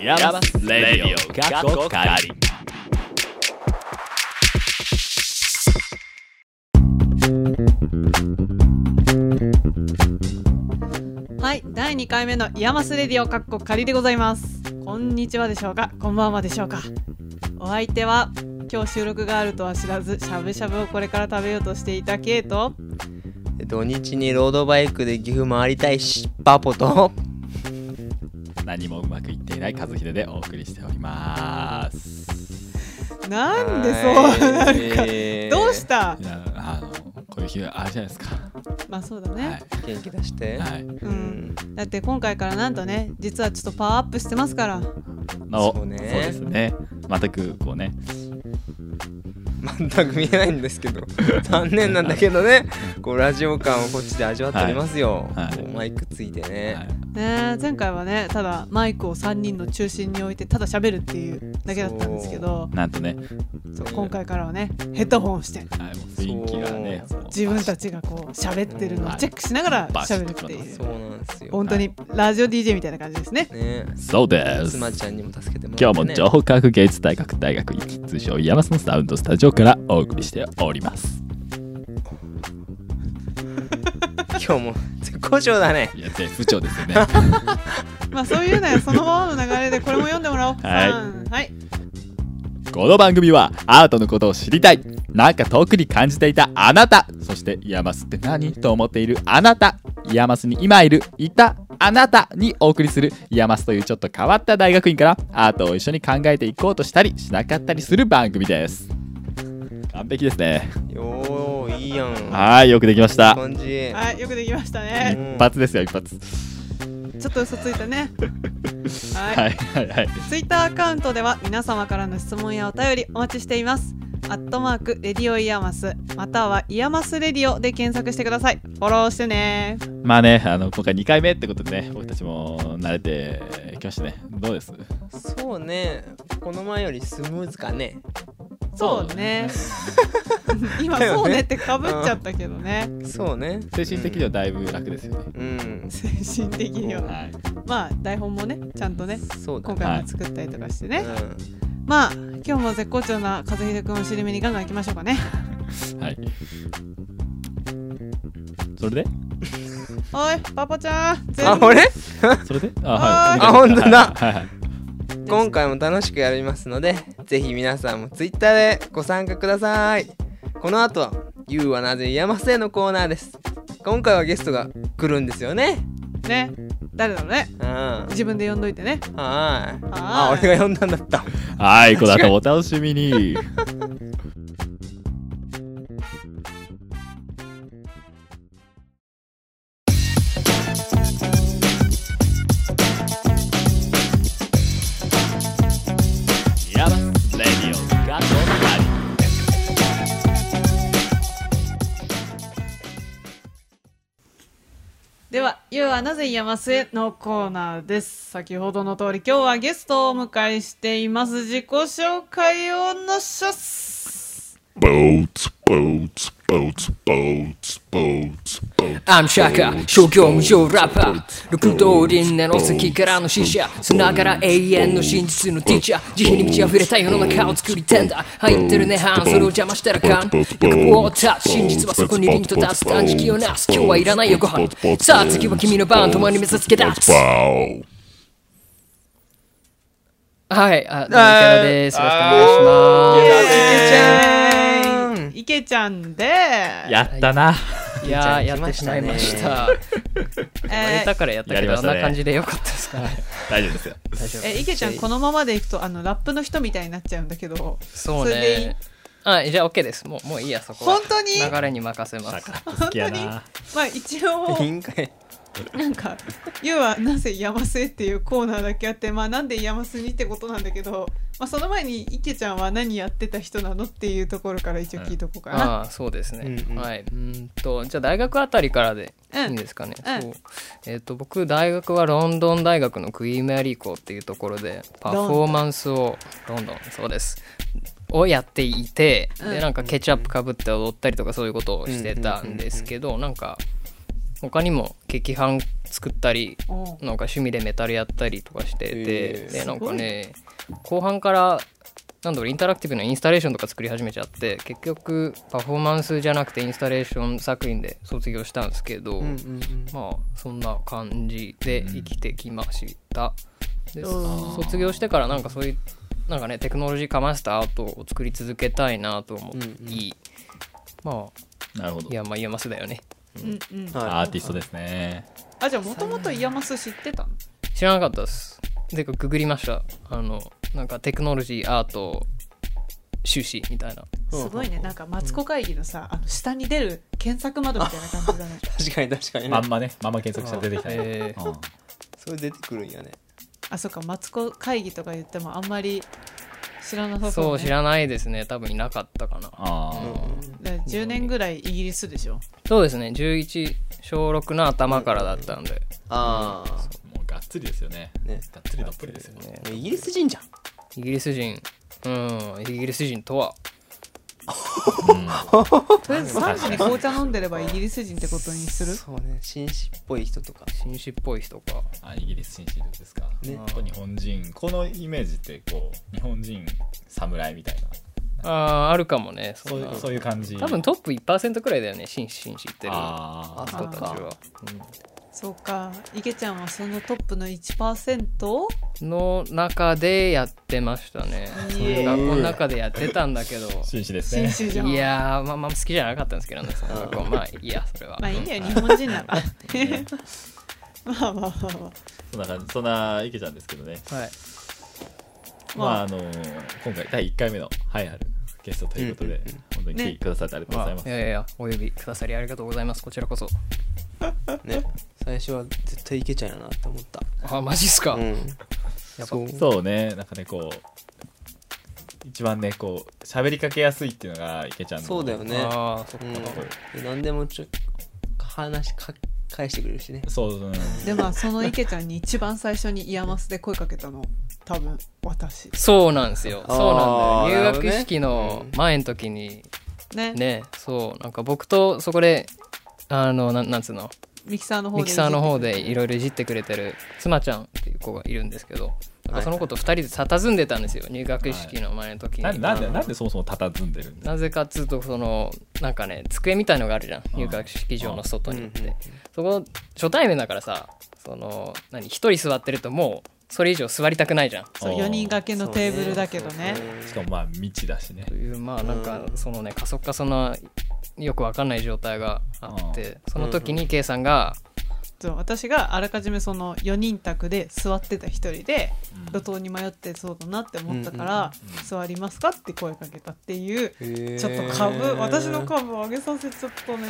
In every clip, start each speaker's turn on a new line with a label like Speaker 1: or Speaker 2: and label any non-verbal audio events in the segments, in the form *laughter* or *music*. Speaker 1: ヤバスレディオ過去仮
Speaker 2: はい、第2回目のイヤマスレディオかっこ仮でございます。こんにちはでしょうか、こんばんはでしょうか。お相手は今日収録があるとは知らず、しゃぶしゃぶをこれから食べようとしていたケイト。
Speaker 3: 土日にロードバイクで岐阜回りたいしパポと
Speaker 1: 何もうまくいっていない和秀でお送りしております
Speaker 2: なんでそうなるか。
Speaker 3: る
Speaker 2: どうした
Speaker 1: い？やあのこういう日あるじゃないですか
Speaker 2: まあそうだね。
Speaker 3: 元気出して、
Speaker 1: はい、はい、
Speaker 2: う
Speaker 3: うんん。
Speaker 2: だって今回からなんとね、実はちょっとパワーアップしてますから。
Speaker 1: の
Speaker 3: そうね
Speaker 1: そうですね全くこうね
Speaker 3: 全く見えないんですけど残念なんだけどねこうラジオ感をこっちで味わっておりますよ、
Speaker 1: はいはい
Speaker 3: こうマイクついてね、
Speaker 1: はい
Speaker 2: ねえ、前回はね、ただマイクを3人の中心に置いてただ喋るっていうだけだったんですけど、
Speaker 1: なんとね、
Speaker 3: そう
Speaker 2: 今回からはね、ヘッドホンして。
Speaker 1: はい、もう雰囲気がね
Speaker 3: そう
Speaker 1: もう
Speaker 2: 自分たちがこう喋ってるのをチェックしながら喋るっていう
Speaker 3: そうなんですよ
Speaker 2: 本当にラジオ DJ みたいな感じですね
Speaker 3: ね
Speaker 1: そうです
Speaker 3: 妻ちゃんにも助けても
Speaker 1: 今
Speaker 3: らっ
Speaker 1: 日
Speaker 3: て、
Speaker 1: も
Speaker 3: ね、
Speaker 1: 情報科学芸術大学大学院通称ヤマスのサウンドスタジオからお送りしております
Speaker 3: 今日も絶好調だね
Speaker 1: いや絶不調ですよね
Speaker 2: まあそういうのはそのままの流れでこれも読んでもらおう
Speaker 1: はい
Speaker 2: うんはい
Speaker 1: この番組はアートのことを知りたいなんか遠くに感じていたあなたそしてイヤマスって何と思っているあなたイヤマスに今いるいたあなたにお送りするイヤマスというちょっと変わった大学院からアートを一緒に考えていこうとしたりしなかったりする番組です完璧ですね
Speaker 3: よーいいやん
Speaker 1: はいよくできました
Speaker 3: 感じ
Speaker 2: はいよくできました
Speaker 3: い
Speaker 2: ね
Speaker 1: 一発ですよ一発
Speaker 2: ちょっと嘘ついたねはい、
Speaker 1: はいはいはい
Speaker 2: ツイッターアカウントでは皆様からの質問やお便りお待ちしていますアットマークレディオイヤマスまたはイヤマスレディオで検索してくださいフォローしてね
Speaker 1: まあね、あの今回2回目ってことでね、僕たちも慣れてきましたね。どうです
Speaker 3: そうねこの前よりスムーズかね
Speaker 2: そうね *laughs* 今
Speaker 3: だよね
Speaker 2: そうねってかぶっちゃったけどね
Speaker 3: そうね
Speaker 1: 精神的にはだいぶ楽ですよね。
Speaker 3: うん、
Speaker 2: 精神的には
Speaker 1: はい。
Speaker 2: まあ台本もねちゃんとね
Speaker 3: そうだ
Speaker 2: 今
Speaker 3: ね
Speaker 2: 回も作ったりとかしてね、
Speaker 3: うん
Speaker 2: まあ今日も絶好調な和秀くんを尻目にガンガンいきましょうか
Speaker 3: *laughs*
Speaker 2: ね
Speaker 1: はい。それで
Speaker 2: おいパパちゃん全
Speaker 3: あ、
Speaker 2: 部
Speaker 3: 俺
Speaker 1: それであ、はい。
Speaker 3: あ本当だ
Speaker 1: はいはい。
Speaker 3: *laughs* 今回も楽しくやりますので、ぜひ皆さんも Twitter でご参加ください。この後は、You はなぜ山瀬のコーナーです。今回はゲストが来るんですよね。
Speaker 2: ね誰だろうね
Speaker 3: うん。はーい。
Speaker 2: 自分で呼んどいてね
Speaker 3: あ、俺が呼んだんだった。
Speaker 1: はい、この後お楽しみに。ヤバスレディオガトバリ
Speaker 2: では「ゆうはなぜ山末」のコーナーです先ほどの通り今日はゲストをお迎えしています自己紹介をのしょっす
Speaker 4: Boats, boats, boats, boats, boats, boats.
Speaker 5: アームシャーカー、商業無償ラッパー、ルクドーリンネの先からの死者、さながら永遠の真実のティーチャー、慈悲に満ち溢れた世の中を作りてんだ、入ってるね、ハン、それを邪魔したらかん、欲望を断つ、真実はそこに凛と立つ、断食をなす、今日はいらないよご飯、さあ次は君の番、共に目指すけだ。
Speaker 4: Wow.
Speaker 5: はい、あ、どうも、池田です。よろしくお願いし
Speaker 3: いけちゃ
Speaker 2: はい
Speaker 3: ーん。
Speaker 2: 池ちゃんで
Speaker 1: やったな。
Speaker 5: ます。いやー、やってしまいました。
Speaker 2: えー
Speaker 5: だからやったけど、あんな感じでよかったですかね。
Speaker 1: 大丈夫ですよ。
Speaker 5: 大丈夫。
Speaker 2: え池ちゃんこのままでいくとあのラップの人みたいになっちゃうんだけど
Speaker 5: そ
Speaker 2: そ
Speaker 5: う
Speaker 2: れでいい
Speaker 5: ね。あ、じゃあ OK です。もうもういいや、そこは。
Speaker 2: 本当に
Speaker 5: 流れに任せます。
Speaker 1: 好きやな。
Speaker 2: まあ一応
Speaker 3: *laughs* 委員会。
Speaker 2: なんか「ゆうはなぜ山瀬」っていうコーナーだけあってまあなんで山瀬にってことなんだけど、まあ、その前に池ちゃんは何やってた人なのっていうところから一応聞いとこうかな、
Speaker 5: ああ、そうですね。
Speaker 3: うんうん
Speaker 5: はい。うーんと、じゃあ大学あたりからで
Speaker 2: うん
Speaker 5: いいんですかね。
Speaker 2: うん
Speaker 5: そうえっ、と、僕、大学はロンドン大学のクイーンメアリー校っていうところで、パフォーマンスを、ロンドン、そうです。をやっていて、
Speaker 2: うん
Speaker 5: で、なんかケチャップかぶって踊ったりとかそういうことをしてたんですけど、なんか、他にも劇伴作ったり
Speaker 2: おう
Speaker 5: なんか趣味でメタルやったりとかしてて、
Speaker 3: へー
Speaker 5: でなんかね後半からなんだろうインタラクティブなインスタレーションとか作り始めちゃって結局パフォーマンスじゃなくてインスタレーション作品で卒業したんですけど、
Speaker 3: うんうんうん
Speaker 5: まあそんな感じで生きてきました、で卒業してからなんかそういうなんかねテクノロジーかましたアートを作り続けたいなと思い、
Speaker 3: うんう
Speaker 5: まあ
Speaker 6: なるほど
Speaker 5: いやまあ言えますだよね
Speaker 2: うんうん
Speaker 3: はい
Speaker 6: アーティストですね
Speaker 2: あじゃあもともとイヤマス知ってたの
Speaker 5: 知らなかったですてかググりましたあのなんかテクノロジーアート修士みたいな
Speaker 2: すごいねなんかマツコ会議のさあの下に出る検索窓みたいな感じだね
Speaker 3: 確かに確かにね
Speaker 6: まんまねまんま検索したら出てきたね
Speaker 5: えー
Speaker 6: うん
Speaker 3: それ出てくるんやね
Speaker 2: あそっかマツコ会議とか言ってもあんまり知らなさ
Speaker 5: そ
Speaker 2: そうう
Speaker 5: 知
Speaker 2: ね
Speaker 5: らないですね多分いなかったかな
Speaker 6: あ
Speaker 2: だから10年ぐらいイギリスでしょ
Speaker 5: そうですね11小6の頭からだったんで
Speaker 3: ああ
Speaker 6: ーもうがっつりですよね
Speaker 3: ね
Speaker 6: がっつりどっぷりですよね
Speaker 3: イギリス人じゃん
Speaker 5: イギリス人うんイギリス人とは
Speaker 2: とりあえず3時に紅茶飲んでればイギリス人ってことにする
Speaker 3: そうね紳士っぽい人とか
Speaker 5: 紳士っぽい人か
Speaker 6: あイギリス紳士ですか、
Speaker 3: ね
Speaker 6: あと日本人このイメージってこう日本人侍みたいな
Speaker 5: あーあるかもねそ
Speaker 6: そ
Speaker 5: ん
Speaker 6: う
Speaker 5: な
Speaker 6: いうそういう感じ
Speaker 5: 多分トップ1%くらいだよね紳士紳士言ってる
Speaker 6: あ
Speaker 5: 人たちは
Speaker 2: そうか池ちゃんはそのトップの1%を
Speaker 5: の中でやってましたね
Speaker 2: いえ
Speaker 5: 学校の中でやってたんだけど
Speaker 6: あ紳士です
Speaker 2: 紳
Speaker 6: ね
Speaker 2: 士じゃん
Speaker 5: いやーまあまあ好きじゃなかったんですけどねその学校まあいいやそれは
Speaker 2: まあいい
Speaker 5: うん
Speaker 2: よ日本人なら
Speaker 5: *laughs*
Speaker 2: まあまあまあまあ
Speaker 6: そんな感じそんな池ちゃんですけどね
Speaker 5: はい
Speaker 6: ま
Speaker 2: ま
Speaker 6: あ
Speaker 2: あ、
Speaker 6: あの今回第1回目の栄えあるゲストということで、本当に来てくださってありがとうございます、
Speaker 5: いやいやいやお呼びくださりありがとうございますこちらこそ
Speaker 3: ね最初は絶対いけちゃうやなって思った
Speaker 5: あマジっすか、
Speaker 3: うん
Speaker 5: やっぱ
Speaker 3: そう
Speaker 6: そうねなんかねこう一番ねこう喋りかけやすいっていうのが池ちゃんの
Speaker 3: そうだよね
Speaker 5: ああそっか、
Speaker 3: うんで何でもちょ話か返してくれるしね
Speaker 6: そう、うん、
Speaker 2: でまあその池ちゃんに一番最初にイヤマスで声かけたの多分私
Speaker 5: そうなんですよ
Speaker 3: あー
Speaker 5: そうなんだよ
Speaker 3: な
Speaker 5: 入
Speaker 3: るほどね
Speaker 5: 学式の前の時に
Speaker 2: ね
Speaker 5: ねそうなんか僕とそこであのなんなんつうの
Speaker 2: ミキサーの方で
Speaker 5: ミキサーの方で
Speaker 2: い
Speaker 5: いろいろいじってくれてる妻ちゃんっていう子がいるんですけど
Speaker 3: は
Speaker 5: なんか
Speaker 3: い
Speaker 5: その子と2人で佇んでたんですよ入学式の前の時に、
Speaker 6: なんなんでなんでそもそも佇んでるんだ
Speaker 5: なぜかっつうとそのなんかね机みたいのがあるじゃん入学式場の外にってそこ初対面だからさその何一人座ってるともうそれ以上座りたくないじゃん
Speaker 2: そう4人掛けのテーブルだけどね
Speaker 6: しかもまあ未知だしね
Speaker 5: というまあなんか
Speaker 3: うん
Speaker 5: そのね過疎化そのよくわかんない状態があってその時に K さんが
Speaker 2: そう私があらかじめその4人宅で座ってた一人で路頭に迷ってそうだなって思ったから「座りますか?」って声かけたっていう
Speaker 3: へー
Speaker 2: ちょっと株私の株を上げさせちゃったね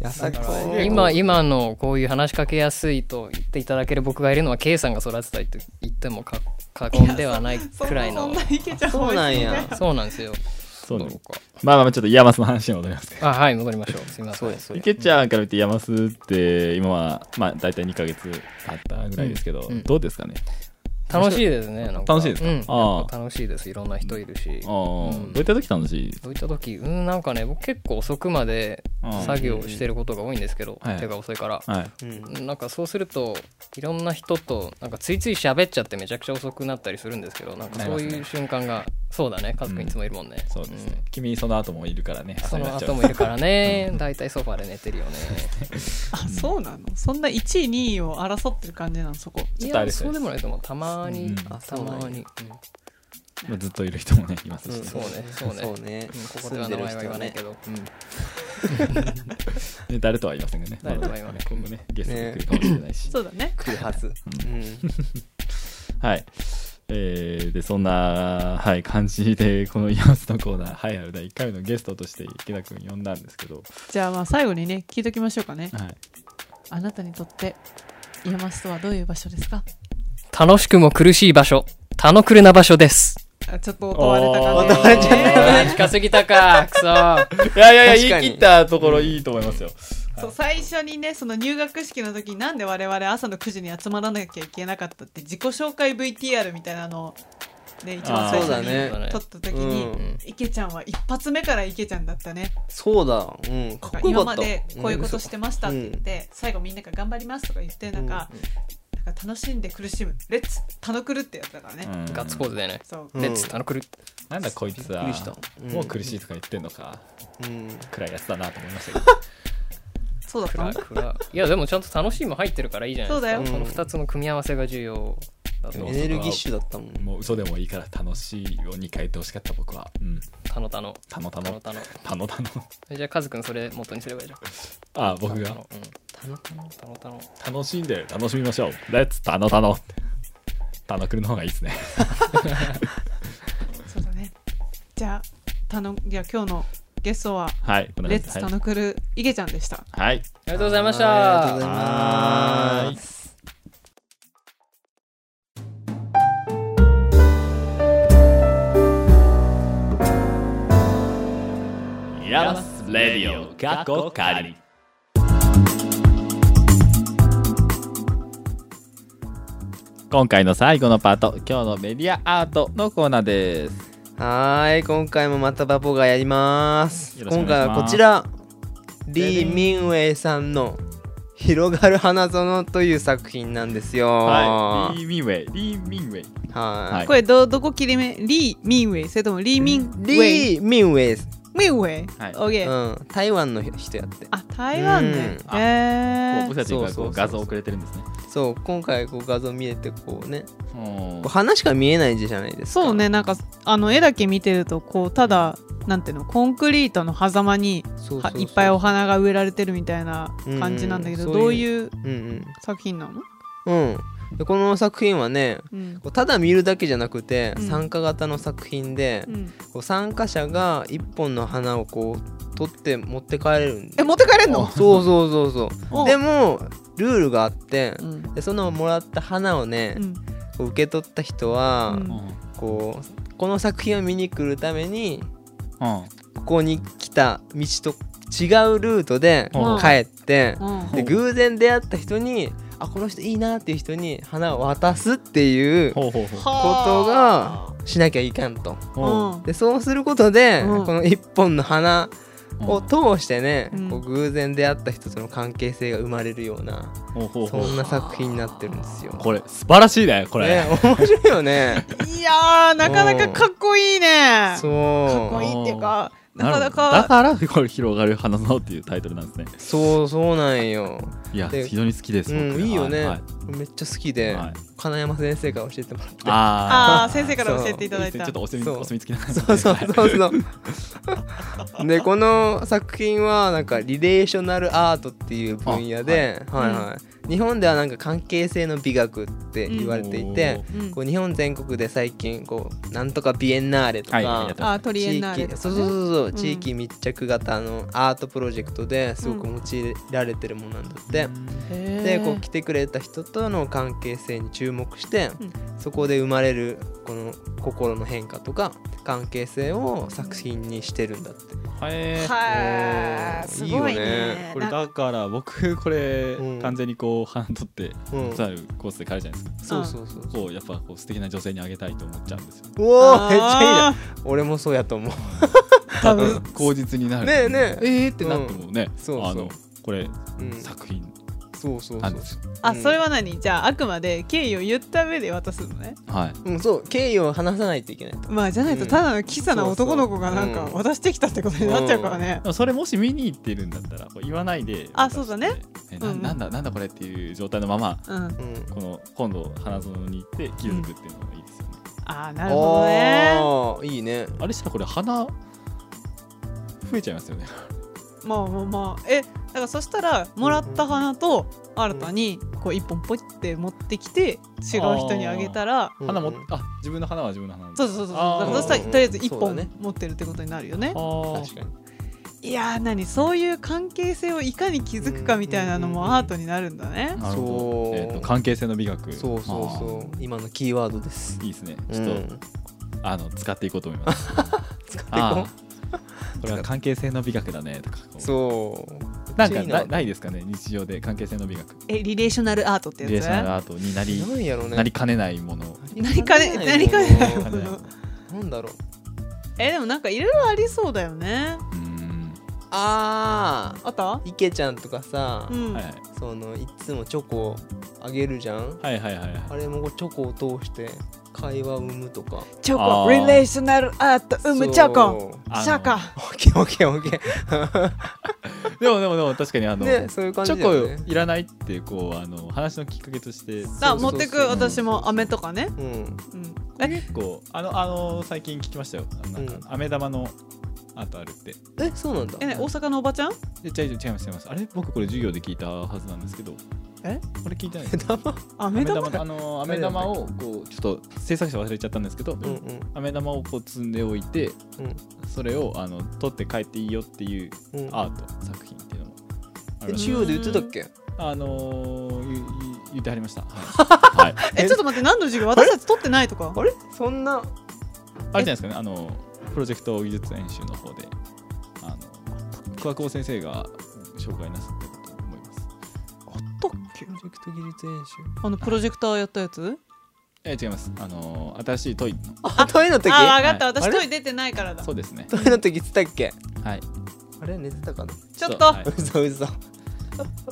Speaker 3: やさこい
Speaker 5: 今今のこういう話しかけやすいと言っていただける僕がいるのは K さんが育てたいと言っても過言ではない
Speaker 2: そ
Speaker 5: く
Speaker 2: ん
Speaker 5: らい
Speaker 2: な *laughs* そ
Speaker 5: の
Speaker 2: んな池ちゃん
Speaker 3: そうなんや
Speaker 5: そうなんですよ
Speaker 6: そうね
Speaker 5: どうか
Speaker 6: まあまあちょっとイヤマスの話に戻りますけ
Speaker 5: あはい戻りましょうすみませ
Speaker 3: そ
Speaker 5: ん
Speaker 3: うやそうや
Speaker 6: 池ちゃんから見てイヤマスって今はまあ大体2ヶ月経ったぐらいですけど、
Speaker 5: うん
Speaker 6: どうですかね
Speaker 5: 楽しいですねなん
Speaker 6: 楽しいですか
Speaker 5: うんやっ
Speaker 6: ああ
Speaker 5: ぱ楽しいですいろんな人いるし
Speaker 6: あー
Speaker 5: うん
Speaker 6: どういった時楽しいです
Speaker 5: どういった時うんなんかね僕結構遅くまで作業をしてることが多いんですけど
Speaker 6: うんはい
Speaker 5: 手が遅いから
Speaker 6: かはい
Speaker 3: うん
Speaker 5: なんかそうするといろんな人となんかついつい喋っちゃってめちゃくちゃ遅くなったりするんですけどなんかそう
Speaker 6: なり
Speaker 5: い
Speaker 6: ま
Speaker 5: う瞬間がそうだね家族いつもいるもんね、
Speaker 6: そうですね、君その後もいるからね
Speaker 5: うんそ
Speaker 6: 朝に
Speaker 5: の
Speaker 6: なっちゃう
Speaker 5: 後もいるから
Speaker 6: *laughs*
Speaker 5: ね大体ソファーで寝てるよね
Speaker 2: あそうなのそんな1位2位を争ってる感じなのそこ
Speaker 6: ちょ
Speaker 5: い
Speaker 6: っとあれ
Speaker 5: や
Speaker 6: ですね
Speaker 5: そうでもないと思うたまに、
Speaker 6: うん
Speaker 5: たまに、
Speaker 6: まあずっといる人もねいますし、
Speaker 5: うんそうねそうね
Speaker 3: そう
Speaker 5: うん
Speaker 3: ね
Speaker 5: ここでは名前は言わないけど、うん
Speaker 6: ね誰とは言いませんがね
Speaker 5: 誰とは言わな
Speaker 6: ま
Speaker 5: い
Speaker 6: だ今後ねゲストで来るかもしれないし、
Speaker 2: そうだね
Speaker 3: 来るはずうん
Speaker 6: はい。えーで、そんな、はい、感じで、このイヤスのコーナー、はい、ある第1回目のゲストとして池田君呼んだんですけど、
Speaker 2: じゃあまあ最後にね聞いときましょうかね
Speaker 6: はい。
Speaker 2: あなたにとってイヤマスとはどういう場所ですか
Speaker 5: 楽しくも苦しい場所たのくるな場所です
Speaker 2: あちょっと問われた感じ
Speaker 3: おー音割れちゃった
Speaker 5: あー近すぎた
Speaker 3: *laughs*
Speaker 5: かく
Speaker 6: い
Speaker 5: そ
Speaker 6: やいやい
Speaker 3: 確
Speaker 6: や、
Speaker 3: かに
Speaker 6: 言い切ったところいいと思いますよ。
Speaker 2: そう最初にねその入学式の時になんで我々朝の9時に集まらなきゃいけなかったって自己紹介 VTR みたいなのをね一番最
Speaker 3: そうだ
Speaker 2: 初に
Speaker 3: ね
Speaker 2: 撮った時に、
Speaker 5: うん
Speaker 2: 池ちゃんは一発目から池ちゃんだったね
Speaker 3: そうだうんかっこ
Speaker 2: 今
Speaker 3: よか
Speaker 2: ま
Speaker 3: った
Speaker 2: でこういうことしてましたって言っ
Speaker 3: うん
Speaker 2: て、最後みんなが頑張りますとか言ってなんか,、なんか楽しんで苦しむレッツタノクルってやつだからね、
Speaker 6: うん
Speaker 5: ガッツポーズだよね。
Speaker 2: そう
Speaker 3: うん
Speaker 5: レッツ、あの、くる。
Speaker 6: なんだこいつ
Speaker 3: び
Speaker 6: は
Speaker 3: っくりしたうん
Speaker 6: もう苦しいとか言ってんのか
Speaker 3: うん
Speaker 6: 暗いやつだなと思いましたけ
Speaker 3: *laughs*
Speaker 6: ど
Speaker 2: そうだっ
Speaker 5: く
Speaker 2: た
Speaker 5: らくら。いや、でもちゃんと楽しいも入ってるからいいじゃないですか。
Speaker 2: そう
Speaker 3: だよ
Speaker 5: この2つの組み合わせが重要だと
Speaker 6: う
Speaker 5: 思
Speaker 6: ん
Speaker 3: エ
Speaker 5: う。
Speaker 3: ネルギッシュだったもん
Speaker 6: もう嘘でもいいから楽しいように変えてほしかった僕はうん
Speaker 5: たのたの。
Speaker 6: たのた
Speaker 5: たの
Speaker 6: の
Speaker 5: たの。
Speaker 6: たのたの
Speaker 5: じゃあ、カズくんそれ元にすればいいじゃん。
Speaker 6: あ僕
Speaker 5: た
Speaker 6: が
Speaker 5: のたの。うんたのたの。
Speaker 6: 楽しんで楽しみましょうレッツたのたのってたのくるの方がいいですね
Speaker 2: そうだねじゃあたのじゃあ今日のゲストは
Speaker 6: はいこんな
Speaker 2: レ
Speaker 6: 感
Speaker 2: ッ
Speaker 6: じ
Speaker 2: ツ
Speaker 6: で
Speaker 2: タノクル池ちゃんでした
Speaker 6: はいはい
Speaker 5: ありがとうございまし
Speaker 3: はいありがとう
Speaker 5: た
Speaker 3: ご。ざい
Speaker 6: は
Speaker 3: ま
Speaker 6: ーい
Speaker 3: す
Speaker 6: ヤマスレディオ過去仮今回の最後のパート今日のメディアアートのコーナーです
Speaker 3: はーい今回もまたバポがやります
Speaker 6: よろしくお
Speaker 3: 今
Speaker 6: 願いします
Speaker 3: 回はこちらリー・ミンウェイさんの「広がる花園」という作品なんですよ
Speaker 6: は
Speaker 3: はい
Speaker 6: リー・ミンウェイリー・ミンウェイ
Speaker 3: いは
Speaker 6: はいい
Speaker 2: これどどこ切り目リー・ミンウェイそれともリー・ミンウェイ
Speaker 3: リー・ミンウェイです
Speaker 2: ミンウェイ
Speaker 6: はい
Speaker 2: オーケー
Speaker 3: うん台湾の人やって
Speaker 2: あ台湾で、
Speaker 3: うん
Speaker 2: へ
Speaker 6: こう
Speaker 2: え
Speaker 6: 僕たちが
Speaker 3: そう
Speaker 6: こ
Speaker 3: そうそうう
Speaker 6: 画像をくれてるんですね
Speaker 3: そう今回こう画像見えてこうね
Speaker 6: うん
Speaker 3: こう花しか見えない字じゃないですか
Speaker 2: そうねなんかあの絵だけ見てるとこうただなんていうのコンクリートの狭間に
Speaker 3: そうそ
Speaker 2: は
Speaker 3: うそう
Speaker 2: いっぱいお花が植えられてるみたいな感じなんだけど、
Speaker 3: うん
Speaker 2: ど
Speaker 3: そうう
Speaker 2: いう
Speaker 3: うん
Speaker 2: 作品なの、
Speaker 3: うんうんでこの作品はね
Speaker 2: うん
Speaker 3: こうただ見るだけじゃなくて、
Speaker 2: うん
Speaker 3: 参加型の作品で、
Speaker 2: うん
Speaker 3: こう参加者が一本の花をこう取って持って帰れるんで
Speaker 2: え持って帰れんの
Speaker 3: そうそうそうそう
Speaker 2: お
Speaker 3: でもルールがあって
Speaker 2: うん
Speaker 3: でそのもらった花をね
Speaker 2: う、ん
Speaker 3: こう受け取った人は、
Speaker 2: うん
Speaker 3: こうこの作品を見に来るために
Speaker 6: うん
Speaker 3: ここに来た道と違うルートで
Speaker 2: うん
Speaker 3: 帰って、
Speaker 2: うん
Speaker 3: で偶然出会った人にあこの人いいなっていう人に花を渡すっていうこ
Speaker 6: ほうほうほう
Speaker 3: とがしなきゃいかんと。
Speaker 6: ほう
Speaker 2: うん
Speaker 3: でそうすることで、
Speaker 2: うん
Speaker 3: この一本の花を通してね、
Speaker 2: うん
Speaker 3: こう偶然出会った人との関係性が生まれるような、
Speaker 6: ほうほうほ
Speaker 3: そ
Speaker 6: うん
Speaker 3: な作品になってるんですよ。
Speaker 6: これ素晴らしいねこれ、
Speaker 3: ね、面白い
Speaker 2: *laughs*
Speaker 3: よね。
Speaker 2: いやーなかなかかっこいいね
Speaker 3: そう
Speaker 2: かっこいいっていうかなかな
Speaker 6: る
Speaker 2: か
Speaker 6: ほどだからこれ広がる花園っていうタイトルなんですね
Speaker 3: そうそうなんよ。
Speaker 6: いや
Speaker 3: で
Speaker 6: 非常に好きです、
Speaker 3: うん
Speaker 6: 僕
Speaker 3: いいよね
Speaker 6: はい
Speaker 3: めっちゃ好きで、
Speaker 6: はい
Speaker 3: 金山先生から教えてもらって。
Speaker 6: あ
Speaker 2: あー先生から教えていただい
Speaker 6: ちょ
Speaker 2: た
Speaker 6: っとお墨
Speaker 3: そう
Speaker 6: お墨付きな感じ
Speaker 3: そうそうそうそう。 *laughs* でこの作品はなんかリレーショナルアートっていう分野で、はい、はい日本ではなんか関係性の美学って言われていて、
Speaker 2: うん
Speaker 3: こう日本全国で最近こうなんとかビエンナーレとか、
Speaker 6: はいはいやってま
Speaker 2: あトリエ
Speaker 3: 地
Speaker 2: ンナーレとか、
Speaker 3: 域
Speaker 2: ね、
Speaker 3: そうそうそうそう、
Speaker 2: ん
Speaker 3: 地域密着型のアートプロジェクトですごく用いられてるものなんだって。
Speaker 2: へー
Speaker 3: でこう来てくれた人との関係性に注目して、
Speaker 2: うん
Speaker 3: そこで生まれるこの心の変化とか関係性を作品にしてるんだって
Speaker 6: はい
Speaker 2: はーすごいね
Speaker 6: これだから僕これ
Speaker 3: うん
Speaker 6: 完全にこう花取って
Speaker 3: うん
Speaker 6: さるコースで帰るじゃないですか
Speaker 3: そうそうそう
Speaker 6: こうやっぱこう素敵な女性にあげたいと思っちゃうんですよ
Speaker 3: うおーめっちゃいいじゃん
Speaker 2: い
Speaker 3: 俺もそうやと思う
Speaker 6: 多分口実になる
Speaker 3: ねえねえ
Speaker 6: えーってなってもね
Speaker 3: んそうそう
Speaker 6: あのこれ
Speaker 3: うん
Speaker 6: 作品
Speaker 3: そうそう
Speaker 6: な
Speaker 3: そ
Speaker 6: ん
Speaker 3: う
Speaker 6: ですよ
Speaker 2: あそれは何じゃああくまで敬意を言った上で渡すのね
Speaker 6: はい
Speaker 3: うんそう敬意を話さないといけないと
Speaker 2: まあじゃないとただの小さな男の子がなんか
Speaker 3: うん
Speaker 2: 渡してきたってことになっちゃうからね
Speaker 6: でもそれもし見に行ってるんだったらこう言わないで
Speaker 2: あそうだね
Speaker 6: えな
Speaker 2: うん
Speaker 6: なんだなんだこれっていう状態のまま
Speaker 2: うん
Speaker 3: うん
Speaker 6: この今度花園に行って気づくっていうのがいいですよね、
Speaker 2: あーなるほどね
Speaker 3: あーいいね
Speaker 6: あれしたらこれ花増えちゃいますよね
Speaker 2: まあまあまあえだからそしたらもらった花と新たにこう一本ポイって持ってきて違う人にあげたら
Speaker 3: うん
Speaker 6: 花も
Speaker 3: うん
Speaker 6: あ自分の花は自分の花
Speaker 2: そうそうそうそう
Speaker 6: あー
Speaker 2: だからそしたらとりあえず一
Speaker 3: そう
Speaker 2: 本
Speaker 3: だね
Speaker 2: 持ってるってことになるよね
Speaker 6: あ
Speaker 3: 確
Speaker 6: ー
Speaker 3: かに
Speaker 2: いやー何そういう関係性をいかに築くかみたいなの
Speaker 3: うんうんうんう
Speaker 2: も
Speaker 3: ん
Speaker 2: アートになるんだね
Speaker 6: なるほど
Speaker 3: そう
Speaker 6: えっと関係性の美学
Speaker 3: そうそうそう今のキーワードです
Speaker 6: ういいですねちょっと、
Speaker 3: うん
Speaker 6: あの使っていこうと思います
Speaker 3: *laughs* 使っていこ *laughs*
Speaker 6: あーこれは関係性の美学だねとかこう
Speaker 3: うそう
Speaker 6: なんか
Speaker 3: いいな
Speaker 6: なないですかね日常で関係性の美学
Speaker 2: えリレーショナルアートって
Speaker 6: リレーショナル
Speaker 2: や
Speaker 6: アートになり
Speaker 3: なんやろうね
Speaker 6: なりかねないもの
Speaker 2: つ何かね何
Speaker 6: *laughs*
Speaker 2: か
Speaker 3: ね
Speaker 2: ね
Speaker 6: かね
Speaker 3: なんだろう
Speaker 2: えでもなんかいろいろありそうだよね
Speaker 6: うん
Speaker 3: あ
Speaker 2: あった
Speaker 3: ー池ちゃんとかさ、
Speaker 2: うん、
Speaker 6: はい
Speaker 3: そのいつもチョコあげるじゃん
Speaker 6: はいはいはいはい
Speaker 3: あれもこうチョコを通して会話を生むとか
Speaker 2: チョ
Speaker 6: あ
Speaker 2: コ
Speaker 6: ー
Speaker 2: リレーショナルアート生むチョコ
Speaker 3: そう *laughs*
Speaker 6: あの
Speaker 2: シャカ
Speaker 3: オッケーオッケーオッケ
Speaker 6: でもでもでも確かにあ
Speaker 3: ー
Speaker 6: の、
Speaker 3: ねそういう感
Speaker 6: チ
Speaker 3: じだよね
Speaker 6: ョコいらないってこうあの話のきっかけとして
Speaker 2: だ
Speaker 3: そうそうそう
Speaker 2: 持ってく私も飴とかね、
Speaker 3: うん
Speaker 2: うん、え
Speaker 6: 結構あのあの最近聞きましたよあのなん
Speaker 3: うん
Speaker 6: か飴玉のアートあるって
Speaker 3: えそうなんだ
Speaker 2: えね大阪のおばちゃん
Speaker 6: で違います違います違いますあれ僕これ授業で聞いたはずなんですけど
Speaker 2: え
Speaker 6: これ聞いてない
Speaker 3: *laughs* え玉
Speaker 2: 飴
Speaker 6: 飴
Speaker 2: 玉
Speaker 6: 玉あの飴玉をこうちょっと制作者忘れちゃったんですけど、
Speaker 3: うんうん
Speaker 6: 飴玉をこう積んでおいてそれをあの取って帰っていいよっていう
Speaker 3: うんうん
Speaker 6: アート作品っていうのもあ
Speaker 3: え
Speaker 6: るらしい
Speaker 3: 中央で言ってたっけ
Speaker 6: あのー、ゆゆ言ってはりましたはい、はい、
Speaker 3: *laughs*
Speaker 2: えちょっと待って何の授業私たち取ってないとか
Speaker 3: あれそんな
Speaker 6: あれじゃないですかねあのプロジェクト技術演習の方であの桑久保先生が紹介なさってたと思います
Speaker 2: とっけ
Speaker 3: プロジェクト技術演習
Speaker 2: あのプロジェクターやったやつ
Speaker 6: え違いますあのー新しいトイの
Speaker 3: あトイの時
Speaker 2: あわかった
Speaker 6: は
Speaker 2: 私
Speaker 3: あれ
Speaker 2: トイ出てないからだち
Speaker 6: そ
Speaker 2: ょ
Speaker 6: うですね
Speaker 3: トイの時言ってたっけ
Speaker 6: はい
Speaker 3: あれ寝てたかな
Speaker 2: っと
Speaker 6: は
Speaker 3: 嘘嘘
Speaker 6: い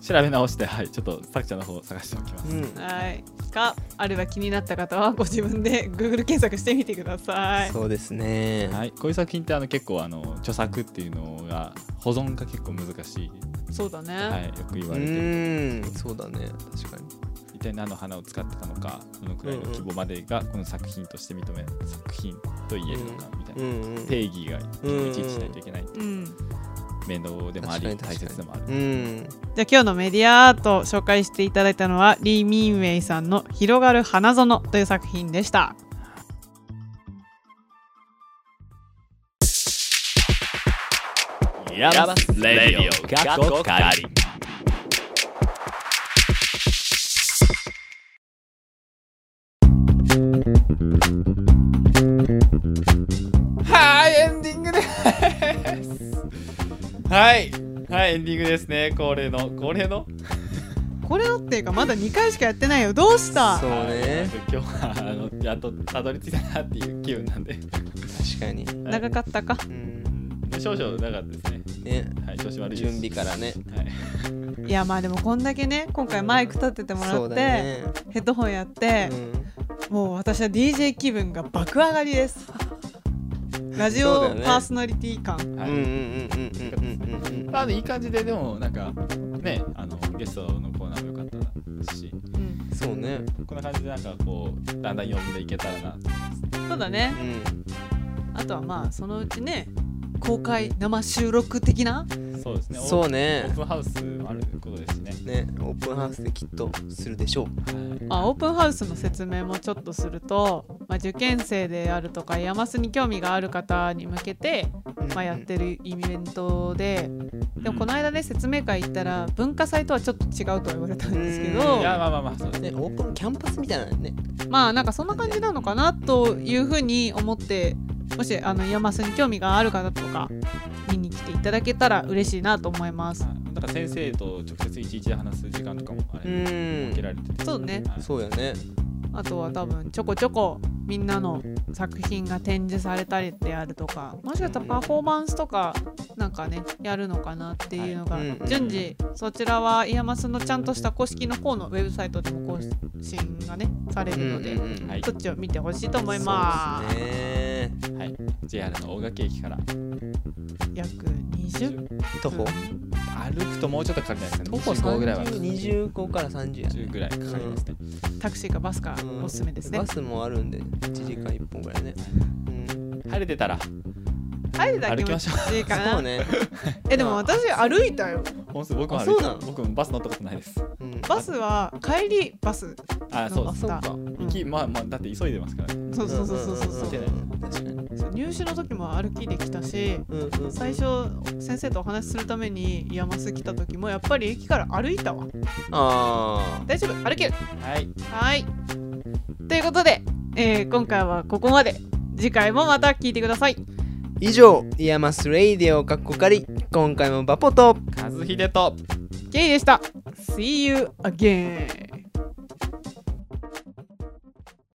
Speaker 6: 調べ直してはいちょっと作者の方を探しておきます
Speaker 3: うん
Speaker 2: はいかあれば気になった方はご自分で Google 検索してみてください
Speaker 3: そうですね
Speaker 6: はい、こういう作品ってあの結構あの著作っていうのが保存が結構難しい、
Speaker 2: そうだね、
Speaker 6: はい、よく言
Speaker 3: う
Speaker 6: われてる
Speaker 3: ーんそうだね確かに
Speaker 6: 一体何の花を使ってたのかどのくらいの規模までがこの作品として認め作品と言えるのかみたいな、
Speaker 3: うんうん
Speaker 6: 定義がいちいちしないといけない、
Speaker 2: うん、じ
Speaker 6: 面倒でもあり
Speaker 3: 確かに
Speaker 6: 大切でもある、
Speaker 3: うん
Speaker 2: ゃあ今日のメディアアートを紹介していただいたのはリー・ミンウェイさんの「広がる花園」という作品でした
Speaker 6: ヤマスレディオかっこかりはいエンディングですはいはいエンディングですね恒例の恒例の
Speaker 2: これだっていうかまだ2回しかやってないよどうした
Speaker 3: そうね
Speaker 6: 今日はあのやっとたどり着いたなっていう気分なんで
Speaker 3: 確かに
Speaker 2: 長かったか
Speaker 3: うん
Speaker 6: 少々長かったですね
Speaker 3: ね
Speaker 6: はい調子悪いで
Speaker 3: 準
Speaker 6: す
Speaker 3: 備からね
Speaker 6: はい
Speaker 2: いやまあでもこんだけね今回マイク立ててもら
Speaker 3: そ
Speaker 2: っ
Speaker 3: う
Speaker 2: て、
Speaker 3: だね
Speaker 2: ヘッドホンやって、もう私は DJ 気分が爆上がりです *laughs* ラジ
Speaker 3: そうだ
Speaker 2: オ
Speaker 3: よね
Speaker 2: パーソナリティ感、
Speaker 3: う
Speaker 6: は
Speaker 3: ん
Speaker 6: い
Speaker 3: うんうんうんうんうんうんうん
Speaker 6: まあ、いい感じででもなんかねあのゲストのコーナーも良かったし
Speaker 2: うん
Speaker 3: そうね
Speaker 6: こんな感じでなんかこうだんだん呼んでいけたらな
Speaker 2: そうだね
Speaker 3: うん
Speaker 2: あとはまあそのうちね公開生収録的な
Speaker 6: そうですねオー
Speaker 3: そう
Speaker 6: オー
Speaker 3: ね
Speaker 6: プンハウスもあることですしね
Speaker 3: ねオープンハウスできっとするでしょう
Speaker 2: あオープンハウスの説明もちょっとすると、まあ、受験生であるとか山スに興味がある方に向けて、まあ、やってるイベントででもこの間ね説明会行ったら文化祭とはちょっと違うとは言われたんですけ
Speaker 3: う
Speaker 2: ど
Speaker 6: いやまあまあまあそうですね
Speaker 3: ねオープンキャンパスみたいなのね
Speaker 2: まあなんかそんな感じなのかなというふうに思ってもしあの山瀬に興味がある方とか見に来ていただけたら嬉しいなと思います
Speaker 6: はいなんか先生と直接いちいち話す時間とかもあ
Speaker 3: う
Speaker 6: れ設け
Speaker 3: ん
Speaker 6: られてて、
Speaker 2: そうね
Speaker 6: はい
Speaker 3: そうよね
Speaker 2: あとは多分ちょこちょこみんなの作品が展示されたりであるとかもしかしたらパフォーマンスとかなんかねやるのかなっていうのが
Speaker 3: はいうん
Speaker 2: 順次そちらはイヤマスのちゃんとした公式の方のウェブサイトでも更新がねされるので
Speaker 3: うんうんうん
Speaker 6: はい
Speaker 2: そっちを見てほしいと思います
Speaker 3: そうですね
Speaker 6: はい JR の大垣駅から
Speaker 2: 約20
Speaker 3: 徒歩
Speaker 6: 歩くともうちょっとかかるじゃないですか
Speaker 3: 徒歩
Speaker 6: 25ぐらいは
Speaker 3: 25から30やね
Speaker 6: 10ぐらいかかりますね、
Speaker 2: タクシーかバスかおすすめですね
Speaker 3: バスもあるんで1時間1本ぐらいねうん
Speaker 6: 晴れてたら
Speaker 2: あれだけ
Speaker 6: 歩き
Speaker 2: 気持
Speaker 6: まし
Speaker 2: ち
Speaker 6: ょう
Speaker 2: いいか
Speaker 3: そ
Speaker 2: な、
Speaker 3: うね
Speaker 2: えでも私歩いたよ
Speaker 6: 本数僕も
Speaker 3: あ
Speaker 6: 歩い
Speaker 3: そうな
Speaker 6: た
Speaker 3: の
Speaker 6: 僕もバス乗ったことないです
Speaker 3: うん
Speaker 2: バスは帰りバス
Speaker 6: あそう
Speaker 2: あ
Speaker 6: です
Speaker 2: そうか
Speaker 6: 行きまあまあだって急いでますからね
Speaker 2: そうそうそうそうそうそ
Speaker 6: ん
Speaker 3: 確かに
Speaker 2: う入試の時も歩きできたし
Speaker 3: うんうんうん
Speaker 2: 最初先生とお話しするために山須来た時もやっぱり駅から歩いたわ
Speaker 3: あ
Speaker 2: 大丈夫歩ける
Speaker 6: はい
Speaker 2: はいということで、えー今回はここまで次回もまた聞いてください
Speaker 3: 以上イヤマスレイディオかっこかり今回もバポと
Speaker 6: 和秀と
Speaker 2: ゲイでした See you again